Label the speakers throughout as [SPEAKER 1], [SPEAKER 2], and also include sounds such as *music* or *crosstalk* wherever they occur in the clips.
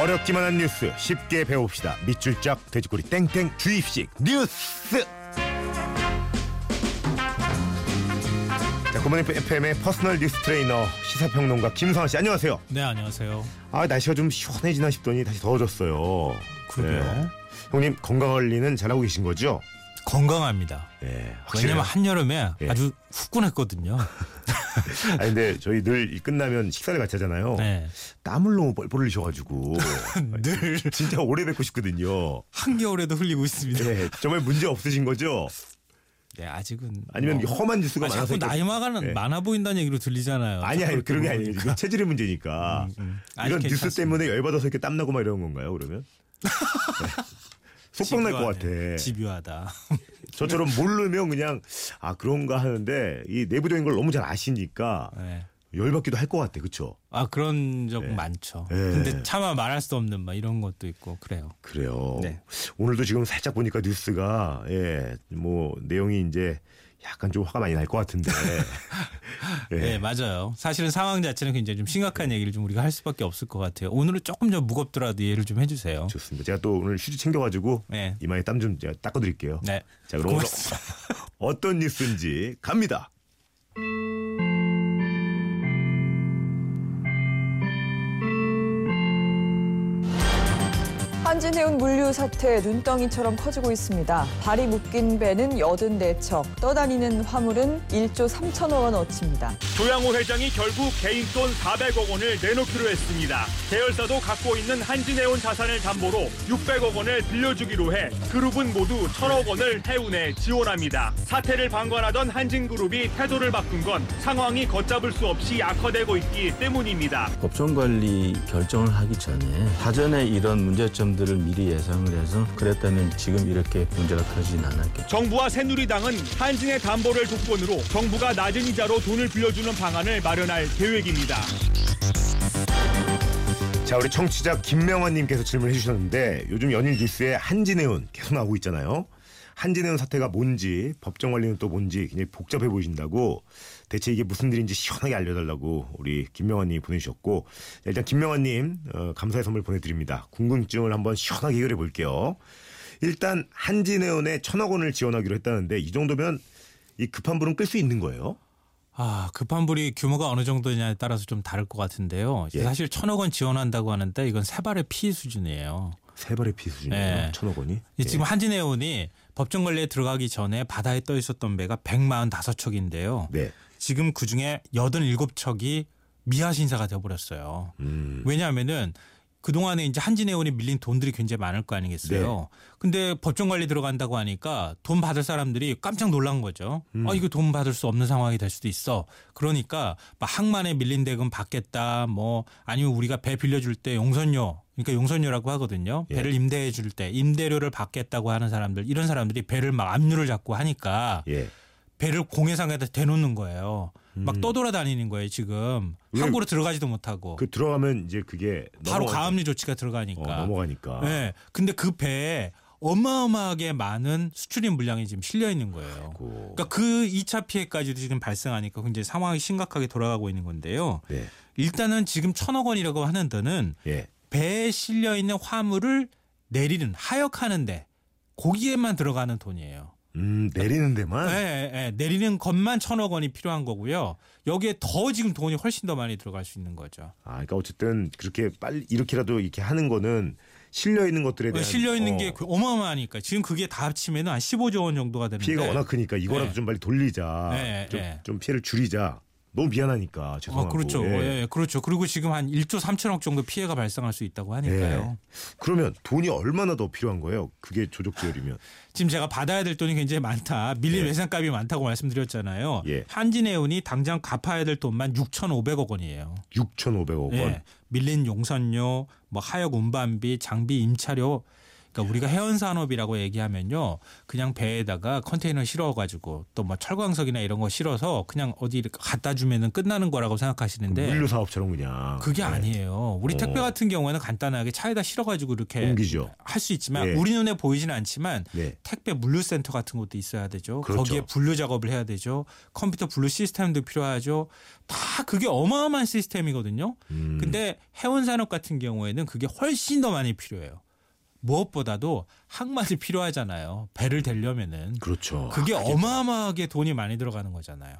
[SPEAKER 1] 어렵기만 한 뉴스 쉽게 배웁시다. 밑줄짝 돼지꼬리 땡땡 주입식 뉴스. 자, 고모님 FM의 퍼스널 뉴스 트레이너 시사평론가 김성환 씨 안녕하세요.
[SPEAKER 2] 네 안녕하세요.
[SPEAKER 1] 아 날씨가 좀 시원해지나 싶더니 다시 더워졌어요. 네.
[SPEAKER 2] 그래요?
[SPEAKER 1] 형님 건강 관리는 잘하고 계신 거죠?
[SPEAKER 2] 건강합니다.
[SPEAKER 1] 예.
[SPEAKER 2] 왜냐면 한여름에
[SPEAKER 1] 예.
[SPEAKER 2] 아주 후끈했거든요.
[SPEAKER 1] 아 근데 저희 늘이 끝나면 식사를 같이 하잖아요.
[SPEAKER 2] 네.
[SPEAKER 1] 땀을 너무 뻘뻘 흘리셔가지고
[SPEAKER 2] *laughs* 늘
[SPEAKER 1] 진짜 오래 뵙고 싶거든요.
[SPEAKER 2] 한겨울에도 흘리고 있습니다.
[SPEAKER 1] 예. 정말 문제 없으신 거죠?
[SPEAKER 2] 네 아직은
[SPEAKER 1] 아니면
[SPEAKER 2] 뭐-
[SPEAKER 1] 험한 뉴스가
[SPEAKER 2] 아,
[SPEAKER 1] 많아서
[SPEAKER 2] 자꾸 나이 많은
[SPEAKER 1] 예.
[SPEAKER 2] 많아 보인다는 얘기로 들리잖아요.
[SPEAKER 1] 아니 아니 그런 게 아니에요.
[SPEAKER 2] 니
[SPEAKER 1] 이거 체질의 문제니까.
[SPEAKER 2] 음, 음. 아니,
[SPEAKER 1] 이런 뉴스
[SPEAKER 2] 괜찮습니다.
[SPEAKER 1] 때문에 열받아서 이렇게 땀나고 막 이런 건가요?
[SPEAKER 2] *laughs*
[SPEAKER 1] 그러면? 속박 날 것 같아.
[SPEAKER 2] 네. 집요하다.
[SPEAKER 1] 저처럼 모르면 그냥 아 그런가 하는데 이 내부적인 걸 너무 잘 아시니까
[SPEAKER 2] *laughs* 네.
[SPEAKER 1] 열받기도 할 것 같아. 그렇죠?
[SPEAKER 2] 아 그런 적
[SPEAKER 1] 예.
[SPEAKER 2] 많죠.
[SPEAKER 1] 예.
[SPEAKER 2] 근데 차마 말할 수 없는 막 이런 것도 있고 그래요.
[SPEAKER 1] 그래요.
[SPEAKER 2] 네.
[SPEAKER 1] 오늘도 지금 살짝 보니까 뉴스가 예, 뭐 내용이 이제 약간 좀 화가 많이 날 것 같은데. *laughs* 예.
[SPEAKER 2] 네, 맞아요. 사실은 상황 자체는 굉장히 좀 심각한 얘기를 좀 우리가 할 수밖에 없을 것 같아요. 오늘은 조금 더 무겁더라도 이해를 좀 해주세요.
[SPEAKER 1] 좋습니다. 제가 또 오늘 휴지 챙겨가지고
[SPEAKER 2] 네.
[SPEAKER 1] 이마에 땀 좀 제가 닦아드릴게요.
[SPEAKER 2] 네.
[SPEAKER 1] 자 그럼 오늘
[SPEAKER 2] 고맙습니다.
[SPEAKER 1] 어떤 뉴스인지 갑니다.
[SPEAKER 3] 한진해운 물류 사태 눈덩이처럼 커지고 있습니다. 발이 묶인 배는 84척, 떠다니는 화물은 1조 3천억 원어치입니다.
[SPEAKER 4] 조양호 회장이 결국 개인 돈 400억 원을 내놓기로 했습니다. 계열사도 갖고 있는 한진해운 자산을 담보로 600억 원을 빌려주기로 해 그룹은 모두 1000억 원을 해운에 지원합니다. 사태를 방관하던 한진그룹이 태도를 바꾼 건 상황이 걷잡을 수 없이 악화되고 있기 때문입니다.
[SPEAKER 5] 법정 관리 결정을 하기 전에 사전에 이런 문제점들을 미리 예상을 해서 그랬다면 지금 이렇게 문제가 터지진 않았겠죠.
[SPEAKER 4] 정부와 새누리당은 한진의 담보를 조건으로 정부가 낮은 이자로 돈을 빌려주는 방안을 마련할 계획입니다.
[SPEAKER 1] 자 우리 청취자 김명환님께서 질문해 주셨는데 요즘 연일 뉴스에 한진해운 계속 나오고 있잖아요. 한진해운 사태가 뭔지 법정 관리는 또 뭔지 굉장히 복잡해 보이신다고 대체 이게 무슨 일인지 시원하게 알려달라고 우리 김명환님이 보내주셨고 자, 일단 김명환님 어, 감사의 선물 보내드립니다. 궁금증을 한번 시원하게 해결해 볼게요. 일단 한진해운에 천억 원을 지원하기로 했다는데 이 정도면 이 급한 불은 끌 수 있는 거예요?
[SPEAKER 2] 아, 급한 불이 규모가 어느 정도냐에 따라서 좀 다를 것 같은데요.
[SPEAKER 1] 예.
[SPEAKER 2] 사실 천억 원 지원한다고 하는데 이건 세 발의 피 수준이에요.
[SPEAKER 1] 세 발의 피 수준이에요.
[SPEAKER 2] 네.
[SPEAKER 1] 천억 원이?
[SPEAKER 2] 이 지금 한진해운이 법정 관리에 들어가기 전에 바다에 떠 있었던 배가 145척인데요.
[SPEAKER 1] 네.
[SPEAKER 2] 지금 그 중에 87척이 미아 신사가 되어버렸어요.
[SPEAKER 1] 음.
[SPEAKER 2] 왜냐하면은 그동안에 이제 한진해운이 밀린 돈들이 굉장히 많을 거 아니겠어요.
[SPEAKER 1] 네.
[SPEAKER 2] 근데 법정 관리 들어간다고 하니까 돈 받을 사람들이 깜짝 놀란 거죠.
[SPEAKER 1] 음.
[SPEAKER 2] 아, 이거 돈 받을 수 없는 상황이 될 수도 있어. 그러니까 막 항만에 밀린 대금 받겠다. 뭐 아니면 우리가 배 빌려줄 때 용선료 그러니까 용선료라고 하거든요.
[SPEAKER 1] 예.
[SPEAKER 2] 배를 임대해 줄 때 임대료를 받겠다고 하는 사람들 이런 사람들이 배를 막 압류를 자꾸 하니까
[SPEAKER 1] 예.
[SPEAKER 2] 배를 공해상에다 대놓는 거예요. 막 떠돌아다니는 거예요, 지금.
[SPEAKER 1] 음. 왜?
[SPEAKER 2] 항구로 들어가지도 못하고.
[SPEAKER 1] 그 들어가면 이제 그게
[SPEAKER 2] 바로
[SPEAKER 1] 넘어가-
[SPEAKER 2] 가압류 조치가
[SPEAKER 1] 어,
[SPEAKER 2] 들어가니까.
[SPEAKER 1] 넘어가니까.
[SPEAKER 2] 네. 근데 그 배에 어마어마하게 많은 수출입 물량이 지금 실려 있는 거예요.
[SPEAKER 1] 고-
[SPEAKER 2] 그러니까 그 2차 피해까지도 지금 발생하니까 굉장히 상황이 심각하게 돌아가고 있는 건데요.
[SPEAKER 1] 네.
[SPEAKER 2] 일단은 지금 천억 원이라고 하는 돈은
[SPEAKER 1] 예.
[SPEAKER 2] 배에 실려 있는 화물을 내리는 하역하는데 거기에만 들어가는 돈이에요.
[SPEAKER 1] 음, 내리는 데만
[SPEAKER 2] 예, 예, 예. 내리는 것만 천억 원이 필요한 거고요. 여기에 더 지금 돈이 훨씬 더 많이 들어갈 수 있는 거죠.
[SPEAKER 1] 아, 그러니까 어쨌든 그렇게 빨리 이렇게라도 이렇게 하는 거는 실려 있는 것들에 대한
[SPEAKER 2] 그 네, 실려 있는
[SPEAKER 1] 어,
[SPEAKER 2] 게 어마어마하니까 지금 그게 다 합치면 한 15조 원 정도가 되는데
[SPEAKER 1] 피해가 워낙 크니까 이거라도
[SPEAKER 2] 네.
[SPEAKER 1] 좀 빨리 돌리자.
[SPEAKER 2] 네,
[SPEAKER 1] 좀,
[SPEAKER 2] 네.
[SPEAKER 1] 좀 피해를 줄이자. 너무 미안하니까 죄송하고.
[SPEAKER 2] 아, 그렇죠.
[SPEAKER 1] 예.
[SPEAKER 2] 예, 그렇죠. 그리고 지금 한 1조 3천억 정도 피해가 발생할 수 있다고 하니까요.
[SPEAKER 1] 예. 그러면 돈이 얼마나 더 필요한 거예요? 그게 조족 지열이면.
[SPEAKER 2] 지금 제가 받아야 될 돈이 굉장히 많다. 밀린
[SPEAKER 1] 예.
[SPEAKER 2] 외상값이 많다고 말씀드렸잖아요.
[SPEAKER 1] 예.
[SPEAKER 2] 한진해운이 당장 갚아야 될 돈만 6,500억 원이에요.
[SPEAKER 1] 6,500억 원.
[SPEAKER 2] 예. 밀린 용선료, 뭐 하역 운반비, 장비 임차료 그러니까 우리가 해운 산업이라고 얘기하면요. 그냥 배에다가 컨테이너 실어 가지고 또 뭐 철광석이나 이런 거 실어서 그냥 어디 이렇게 갖다 주면은 끝나는 거라고 생각하시는데
[SPEAKER 1] 물류 사업처럼 그냥
[SPEAKER 2] 네. 그게
[SPEAKER 1] 네.
[SPEAKER 2] 아니에요. 우리 택배
[SPEAKER 1] 어.
[SPEAKER 2] 같은 경우에는 간단하게 차에다 실어가지고 이렇게
[SPEAKER 1] 옮기죠.
[SPEAKER 2] 할 수 있지만
[SPEAKER 1] 예.
[SPEAKER 2] 우리 눈에 보이지는 않지만
[SPEAKER 1] 네.
[SPEAKER 2] 택배 물류센터 같은 것도 있어야 되죠.
[SPEAKER 1] 그렇죠.
[SPEAKER 2] 거기에 분류 작업을 해야 되죠. 컴퓨터 분류 시스템도 필요하죠. 다 그게 어마어마한 시스템이거든요.
[SPEAKER 1] 음.
[SPEAKER 2] 근데 해운 산업 같은 경우에는 그게 훨씬 더 많이 필요해요. 무엇보다도 항만이 필요하잖아요. 배를 대려면은
[SPEAKER 1] 그렇죠.
[SPEAKER 2] 그게 어마어마하게 돈이 많이 들어가는 거잖아요.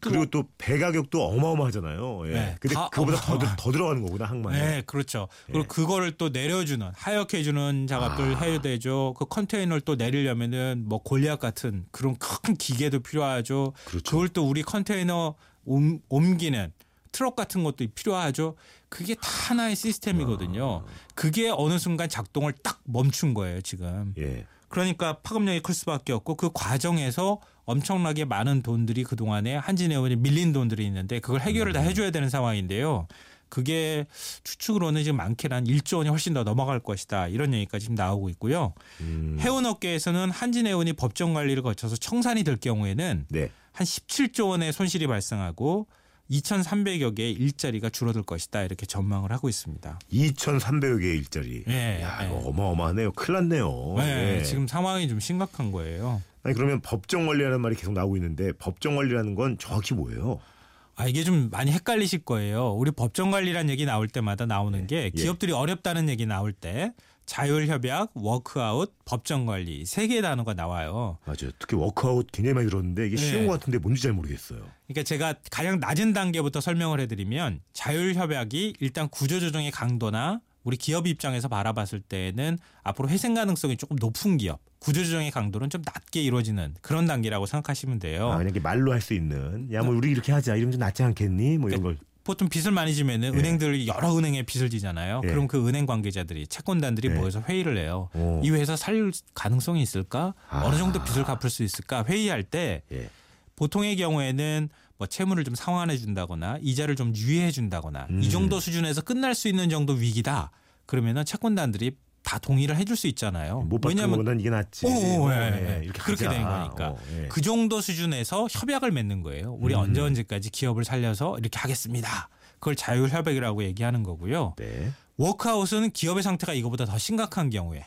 [SPEAKER 1] 그리고 또 배 가격도 어마어마하잖아요. 예.
[SPEAKER 2] 네,
[SPEAKER 1] 근데
[SPEAKER 2] 다
[SPEAKER 1] 그보다 더, 들- 더 들어가는 거구나 항만에.
[SPEAKER 2] 네, 그렇죠.
[SPEAKER 1] 예.
[SPEAKER 2] 그리고 그거를 또 내려주는 하역해 주는
[SPEAKER 1] 아.
[SPEAKER 2] 작업들 해야 되죠. 그 컨테이너를 또 내리려면은 뭐 골리앗 같은 그런 큰 기계도 필요하죠.
[SPEAKER 1] 그렇죠.
[SPEAKER 2] 걸또 우리 컨테이너 옮, 옮기는 트럭 같은 것도 필요하죠. 그게 다 하나의
[SPEAKER 1] 아.
[SPEAKER 2] 시스템이거든요. 그게 어느 순간 작동을 딱 멈춘 거예요, 지금.
[SPEAKER 1] 예.
[SPEAKER 2] 그러니까 파급력이 클 수밖에 없고 그 과정에서 엄청나게 많은 돈들이 그동안에 한진해운이 밀린 돈들이 있는데 그걸 해결을
[SPEAKER 1] 음.
[SPEAKER 2] 다 해줘야 되는 상황인데요. 그게 추측으로는 지금 많게는 한 1조 원이 훨씬 더 넘어갈 것이다. 이런 얘기까지 지금 나오고 있고요.
[SPEAKER 1] 음,
[SPEAKER 2] 해운업계에서는 한진해운이 법정 관리를 거쳐서 청산이 될 경우에는
[SPEAKER 1] 네.
[SPEAKER 2] 한 17조 원의 손실이 발생하고 2,300여 개의 일자리가 줄어들 것이다. 이렇게 전망을 하고 있습니다.
[SPEAKER 1] 2,300여 개의 일자리.
[SPEAKER 2] 예,
[SPEAKER 1] 야,
[SPEAKER 2] 예.
[SPEAKER 1] 이거 어마어마하네요. 큰일 났네요.
[SPEAKER 2] 네,
[SPEAKER 1] 예.
[SPEAKER 2] 지금 상황이 좀 심각한 거예요.
[SPEAKER 1] 아니 그러면 법정 원리라는 말이 계속 나오고 있는데 법정 원리라는 건 정확히 뭐예요?
[SPEAKER 2] 아 이게 좀 많이 헷갈리실 거예요. 우리 법정 관리란 얘기 나올 때마다 나오는 게 기업들이 어렵다는 얘기 나올 때 자율 협약, 워크아웃, 법정 관리 세 개의 단어가 나와요.
[SPEAKER 1] 맞아요. 특히 워크아웃 굉장히 많이 들었는데 이게 쉬운
[SPEAKER 2] 예.
[SPEAKER 1] 것 같은데 뭔지 잘 모르겠어요.
[SPEAKER 2] 그러니까 제가 가장 낮은 단계부터 설명을 해드리면 자율 협약이 일단 구조 조정의 강도나 우리 기업 입장에서 바라봤을 때에는 앞으로 회생 가능성이 조금 높은 기업 구조 조정의 강도는 좀 낮게 이루어지는 그런 단계라고 생각하시면 돼요.
[SPEAKER 1] 아, 그냥 이렇게 말로 할 수 있는 야 뭐
[SPEAKER 2] 네.
[SPEAKER 1] 우리 이렇게 하자 이러면 좀 낫지 않겠니? 뭐 이런 걸
[SPEAKER 2] 보통 빚을 많이 지면은
[SPEAKER 1] 예.
[SPEAKER 2] 은행들이 여러 은행에 빚을 지잖아요.
[SPEAKER 1] 예.
[SPEAKER 2] 그럼 그 은행 관계자들이 채권단들이
[SPEAKER 1] 예.
[SPEAKER 2] 모여서 회의를 해요.
[SPEAKER 1] 오.
[SPEAKER 2] 이 회사 살 가능성이 있을까?
[SPEAKER 1] 아.
[SPEAKER 2] 어느 정도 빚을 갚을 수 있을까? 회의할 때
[SPEAKER 1] 예.
[SPEAKER 2] 보통의 경우에는 뭐 채무를 좀 상환해 준다거나 이자를 좀 유예해 준다거나
[SPEAKER 1] 음.
[SPEAKER 2] 이 정도 수준에서 끝날 수 있는 정도 위기다. 그러면은 채권단들이 다 동의를 해줄 수 있잖아요.
[SPEAKER 1] 못 받는
[SPEAKER 2] 왜냐하면
[SPEAKER 1] 거보단 이게 낫지.
[SPEAKER 2] 오, 오, 예,
[SPEAKER 1] 뭐,
[SPEAKER 2] 예. 그렇게
[SPEAKER 1] 하자.
[SPEAKER 2] 된 거니까.
[SPEAKER 1] 어, 예.
[SPEAKER 2] 그 정도 수준에서 협약을 맺는 거예요. 우리
[SPEAKER 1] 음.
[SPEAKER 2] 언제 언제까지 기업을 살려서 이렇게 하겠습니다. 그걸 자율 협약이라고 얘기하는 거고요.
[SPEAKER 1] 네.
[SPEAKER 2] 워크아웃은 기업의 상태가 이거보다 더 심각한 경우에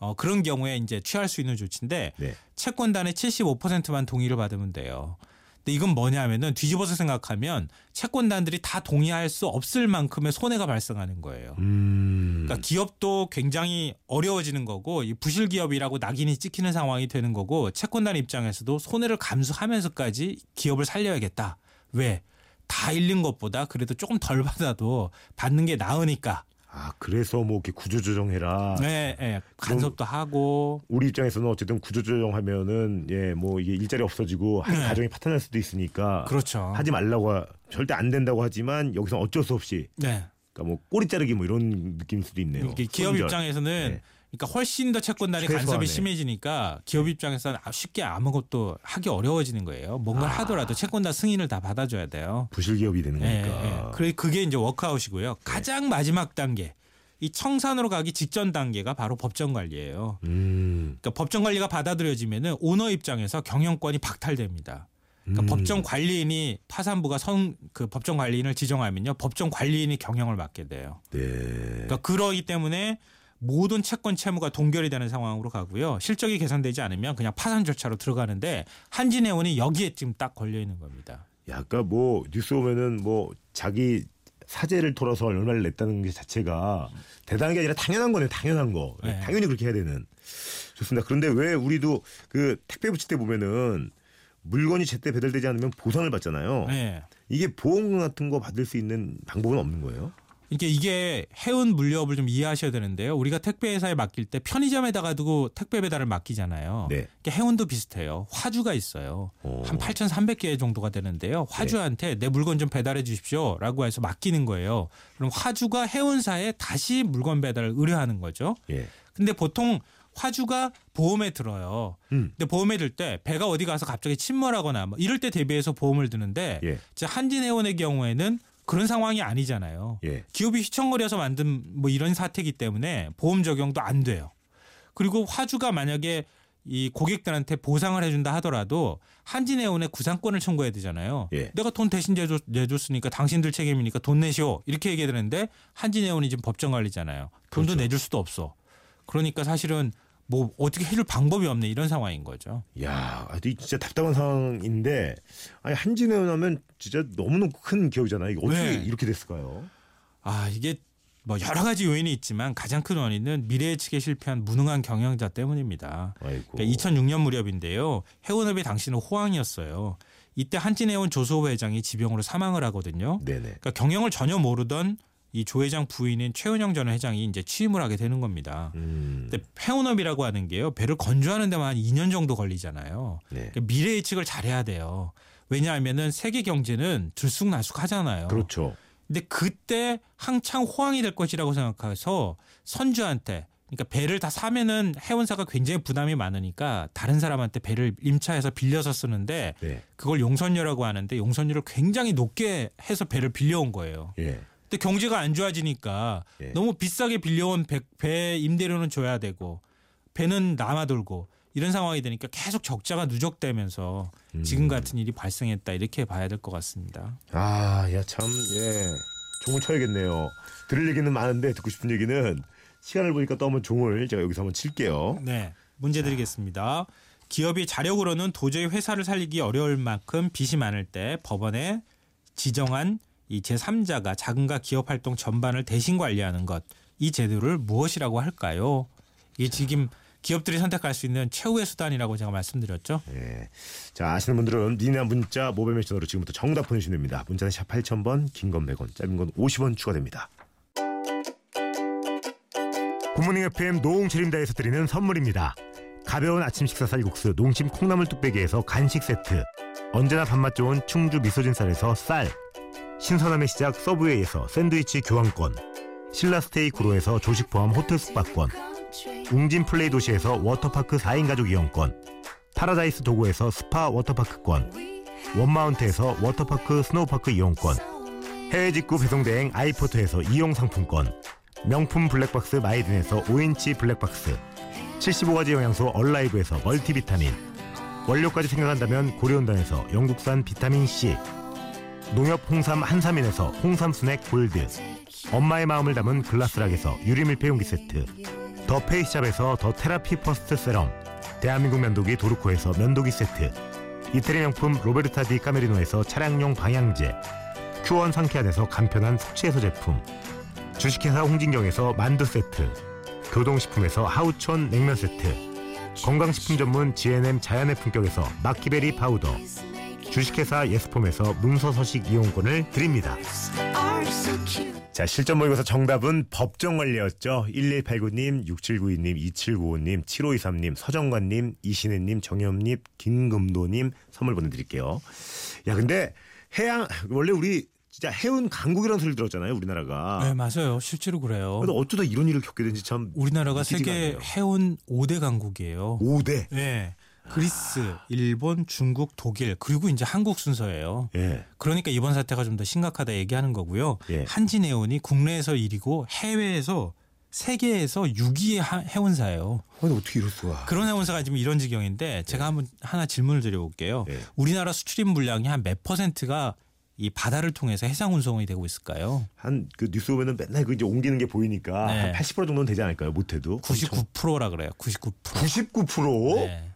[SPEAKER 2] 어, 그런 경우에 이제 취할 수 있는 조치인데
[SPEAKER 1] 네.
[SPEAKER 2] 채권단의 75%만 동의를 받으면 돼요. 근데 이건 뭐냐면은 뒤집어서 생각하면 채권단들이 다 동의할 수 없을 만큼의 손해가 발생하는 거예요.
[SPEAKER 1] 음.
[SPEAKER 2] 그러니까 기업도 굉장히 어려워지는 거고 이 부실 기업이라고 낙인이 찍히는 상황이 되는 거고 채권단 입장에서도 손해를 감수하면서까지 기업을 살려야겠다. 왜? 다 잃는 것보다 그래도 조금 덜 받아도 받는 게 나으니까.
[SPEAKER 1] 아 그래서 뭐 이렇게 구조조정해라.
[SPEAKER 2] 네, 예. 간섭도
[SPEAKER 1] 뭐,
[SPEAKER 2] 하고
[SPEAKER 1] 우리 입장에서는 어쨌든 구조조정하면은 예 뭐 이게 일자리 없어지고 한 가정이 파탄날 수도 있으니까
[SPEAKER 2] 네. 그렇죠.
[SPEAKER 1] 하지 말라고 하- 절대 안 된다고 하지만 여기서 어쩔 수 없이
[SPEAKER 2] 네.
[SPEAKER 1] 그러니까 뭐 꼬리 자르기 뭐 이런 느낌일 수도 있네요.
[SPEAKER 2] 이게 기업
[SPEAKER 1] 손절.
[SPEAKER 2] 입장에서는
[SPEAKER 1] 네.
[SPEAKER 2] 그러니까 훨씬 더 채권단이
[SPEAKER 1] 최소한의.
[SPEAKER 2] 간섭이 심해지니까 기업 입장에서는 아, 쉽게 아무것도 하기 어려워지는 거예요. 뭔가를
[SPEAKER 1] 아.
[SPEAKER 2] 하더라도 채권단 승인을 다 받아줘야 돼요.
[SPEAKER 1] 부실 기업이 되는
[SPEAKER 2] 예,
[SPEAKER 1] 거니까. 네.
[SPEAKER 2] 예. 그래 그게 이제 워크아웃이고요. 가장 마지막 단계. 이 청산으로 가기 직전 단계가 바로 법정 관리예요.
[SPEAKER 1] 음.
[SPEAKER 2] 그러니까 법정 관리가 받아들여지면은 오너 입장에서 경영권이 박탈됩니다. 그러니까
[SPEAKER 1] 음.
[SPEAKER 2] 법정 관리인이 파산부가 선 그 법정 관리인을 지정하면요. 법정 관리인이 경영을 맡게 돼요.
[SPEAKER 1] 네.
[SPEAKER 2] 그러니까 그러기 때문에 모든 채권 채무가 동결이 되는 상황으로 가고요. 실적이 개선되지 않으면 그냥 파산 절차로 들어가는데 한진해운이 여기에 지금 딱 걸려 있는 겁니다.
[SPEAKER 1] 약간 뭐 뉴스 보면은 뭐 자기 사재를 털어서 얼마를 냈다는 게 자체가 대단한 게 아니라 당연한 거네 당연한 거 예,
[SPEAKER 2] 네.
[SPEAKER 1] 당연히 그렇게 해야 되는 좋습니다 그런데 왜 우리도 그 택배 붙일 때 보면은 물건이 제때 배달되지 않으면 보상을 받잖아요
[SPEAKER 2] 네.
[SPEAKER 1] 이게 보험 같은 거 받을 수 있는 방법은 없는 거예요
[SPEAKER 2] 그러니까 이게 이게 해운 물류업을 좀 이해하셔야 되는데요. 우리가 택배 회사에 맡길 때 편의점에다가 두고 택배 배달을 맡기잖아요.
[SPEAKER 1] 네.
[SPEAKER 2] 이게 해운도 비슷해요. 화주가 있어요.
[SPEAKER 1] 오.
[SPEAKER 2] 한 8,300개 정도가 되는데요. 화주한테 내 물건 좀 배달해 주십시오라고 해서 맡기는 거예요. 그럼 화주가 해운사에 다시 물건 배달을 의뢰하는 거죠.
[SPEAKER 1] 예
[SPEAKER 2] 근데 보통 화주가 보험에 들어요.
[SPEAKER 1] 음.
[SPEAKER 2] 근데 보험에 들 때 배가 어디 가서 갑자기 침몰하거나 뭐 이럴 때 대비해서 보험을 드는데
[SPEAKER 1] 예.
[SPEAKER 2] 이제 한진해운의 경우에는 그런 상황이 아니잖아요.
[SPEAKER 1] 예.
[SPEAKER 2] 기업이 휘청거려서 만든 뭐 이런 사태이기 때문에 보험 적용도 안 돼요. 그리고 화주가 만약에 이 고객들한테 보상을 해준다 하더라도 한진해운에 구상권을 청구해야 되잖아요.
[SPEAKER 1] 예.
[SPEAKER 2] 내가 돈 대신 내줬, 내줬으니까 당신들 책임이니까 돈 내시오 이렇게 얘기해야 되는데 한진해운이 지금 법정 관리잖아요. 돈도 내줄 수도 없어. 그러니까 사실은 뭐 어떻게 해줄 방법이 없네 이런 상황인 거죠.
[SPEAKER 1] 야, 아니, 진짜 답답한 상황인데 아니 한진해운 하면 진짜 너무너무 큰 기업이잖아요. 이게 어떻게
[SPEAKER 2] 네.
[SPEAKER 1] 이렇게 됐을까요?
[SPEAKER 2] 아 이게 뭐 여러 가지 요인이 있지만 가장 큰 원인은 미래 예측에 실패한 무능한 경영자 때문입니다.
[SPEAKER 1] 아이고.
[SPEAKER 2] 그러니까 2006년 무렵인데요. 해운업이 당시는 호황이었어요. 이때 한진해운 조소호 회장이 지병으로 사망을 하거든요.
[SPEAKER 1] 네네.
[SPEAKER 2] 그러니까 경영을 전혀 모르던 이 조 회장 부인인 최은영 전 회장이 이제 취임을 하게 되는 겁니다.
[SPEAKER 1] 음,
[SPEAKER 2] 근데 해운업이라고 하는 게요. 배를 건조하는 데만 한 2년 정도 걸리잖아요.
[SPEAKER 1] 네.
[SPEAKER 2] 그러니까 미래 예측을 잘해야 돼요. 왜냐하면은 세계 경제는 들쑥날쑥하잖아요.
[SPEAKER 1] 그렇죠.
[SPEAKER 2] 근데 그때 한창 호황이 될 것이라고 생각해서 선주한테 그러니까 배를 다 사면은 해운사가 굉장히 부담이 많으니까 다른 사람한테 배를 임차해서 빌려서 쓰는데
[SPEAKER 1] 네.
[SPEAKER 2] 그걸 용선료라고 하는데 용선료를 굉장히 높게 해서 배를 빌려온 거예요.
[SPEAKER 1] 예.
[SPEAKER 2] 근데 경제가 안 좋아지니까
[SPEAKER 1] 예.
[SPEAKER 2] 너무 비싸게 빌려온 배, 배 임대료는 줘야 되고 배는 남아 돌고 이런 상황이 되니까 계속 적자가 누적되면서 지금 같은 일이 발생했다 이렇게 봐야 될 것 같습니다.
[SPEAKER 1] 아, 야 참, 예. 종을 쳐야겠네요. 들을 얘기는 많은데 듣고 싶은 얘기는 시간을 보니까 또 한번 종을 제가 여기서 한번 칠게요.
[SPEAKER 2] 네, 문제 드리겠습니다. 기업이 자력으로는 도저히 회사를 살리기 어려울 만큼 빚이 많을 때 법원에 지정한 이 제3자가 자금과 기업 활동 전반을 대신 관리하는 것. 이 제도를 무엇이라고 할까요? 이게 지금 기업들이 선택할 수 있는 최후의 수단이라고 제가 말씀드렸죠.
[SPEAKER 1] 예. 자, 아시는 분들은 미나 문자 모바일 메시지로 지금부터 정답 보내주시면 됩니다. 문자는 샵 8000번, 긴 건 100원, 짧은 건 50원 추가됩니다. 굿모닝 FM 노홍철입니다에서 드리는 선물입니다. 가벼운 아침 식사 쌀국수 농심 콩나물 뚝배기에서 간식 세트 언제나 밥맛 좋은 충주 미소진 쌀에서 쌀 신선함의 시작 서브웨이에서 샌드위치 교환권 신라스테이 구로에서 조식 포함 호텔 숙박권 웅진 플레이 도시에서 워터파크 4인 가족 이용권 파라다이스 도구에서 스파 워터파크권 원마운트에서 워터파크 스노우파크 이용권 해외 직구 배송대행 아이포터에서 이용 상품권 명품 블랙박스 마이든에서 5인치 블랙박스 75가지 영양소 얼라이브에서 멀티비타민 원료까지 생각한다면 고려온단에서 영국산 비타민C 농협 홍삼 한삼인에서 홍삼 스낵 골드 엄마의 마음을 담은 글라스락에서 유리밀폐용기 세트 더 페이스샵에서 더 테라피 퍼스트 세럼 대한민국 면도기 도르코에서 면도기 세트 이태리 명품 로베르타 디 카메리노에서 차량용 방향제 큐원 상쾌한에서 간편한 숙취해소 제품 주식회사 홍진경에서 만두 세트 교동식품에서 하우촌 냉면 세트 건강식품 전문 GNM 자연의 품격에서 마키베리 파우더 주식회사 예스폼에서 문서 서식 이용권을 드립니다. 자, 실전 모의고사 정답은 법정관리였죠. 1189님, 6792님, 2795님, 7523님, 서정관님, 이신혜님, 정엽님, 김금도님 선물 보내드릴게요. 야, 근데 해양, 원래 우리 진짜 해운 강국이라는 소리 들었잖아요, 우리나라가.
[SPEAKER 2] 네, 맞아요. 실제로 그래요.
[SPEAKER 1] 근데 어쩌다 이런 일을 겪게 된지 참.
[SPEAKER 2] 우리나라가
[SPEAKER 1] 믿기지가
[SPEAKER 2] 세계
[SPEAKER 1] 않네요.
[SPEAKER 2] 해운 5대 강국이에요.
[SPEAKER 1] 5대.
[SPEAKER 2] 네. 그리스, 일본, 중국, 독일, 그리고 이제 한국 순서예요.
[SPEAKER 1] 예.
[SPEAKER 2] 그러니까 이번 사태가 좀 더 심각하다 얘기하는 거고요.
[SPEAKER 1] 예.
[SPEAKER 2] 한진해운이 국내에서 1위고 해외에서 세계에서 6위의 하- 해운사예요.
[SPEAKER 1] 근데 어떻게 이럴 수가.
[SPEAKER 2] 그런 해운사가 지금 이런 지경인데 제가 한번 하나 질문을 드려볼게요.
[SPEAKER 1] 예.
[SPEAKER 2] 우리나라 수출입 물량이 한 몇 퍼센트가 이 바다를 통해서 해상 운송이 되고 있을까요?
[SPEAKER 1] 한 그 뉴스 보면은 맨날 그 이제 옮기는 게 보이니까
[SPEAKER 2] 네.
[SPEAKER 1] 한 80% 정도는 되지 않을까요? 못해도.
[SPEAKER 2] 99%라 그래요. 99%.
[SPEAKER 1] 99%?
[SPEAKER 2] 네.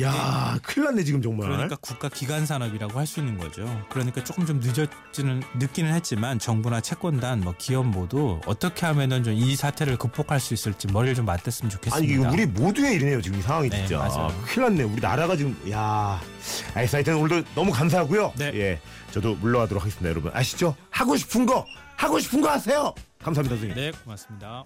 [SPEAKER 1] 야, 큰일 났네 지금 정말.
[SPEAKER 2] 그러니까 국가 기관 산업이라고 할 수 있는 거죠. 그러니까 조금 좀 늦었지는 늦기는 했지만 정부나 채권단 뭐 기업 모두 어떻게 하면은 좀 이 사태를 극복할 수 있을지 머리를 좀 맞댔으면 좋겠습니다.
[SPEAKER 1] 아니 이게 우리 모두의 일이네요 지금 이 상황이
[SPEAKER 2] 네,
[SPEAKER 1] 진짜
[SPEAKER 2] 맞아요.
[SPEAKER 1] 큰일 났네 우리 나라가 지금 야 아이스 하여튼 오늘도 너무 감사하고요
[SPEAKER 2] 네.
[SPEAKER 1] 예 저도 물러가도록 하겠습니다 여러분 아시죠 하고 싶은 거 하고 싶은 거 하세요 감사합니다 선생님
[SPEAKER 2] 네, 고맙습니다.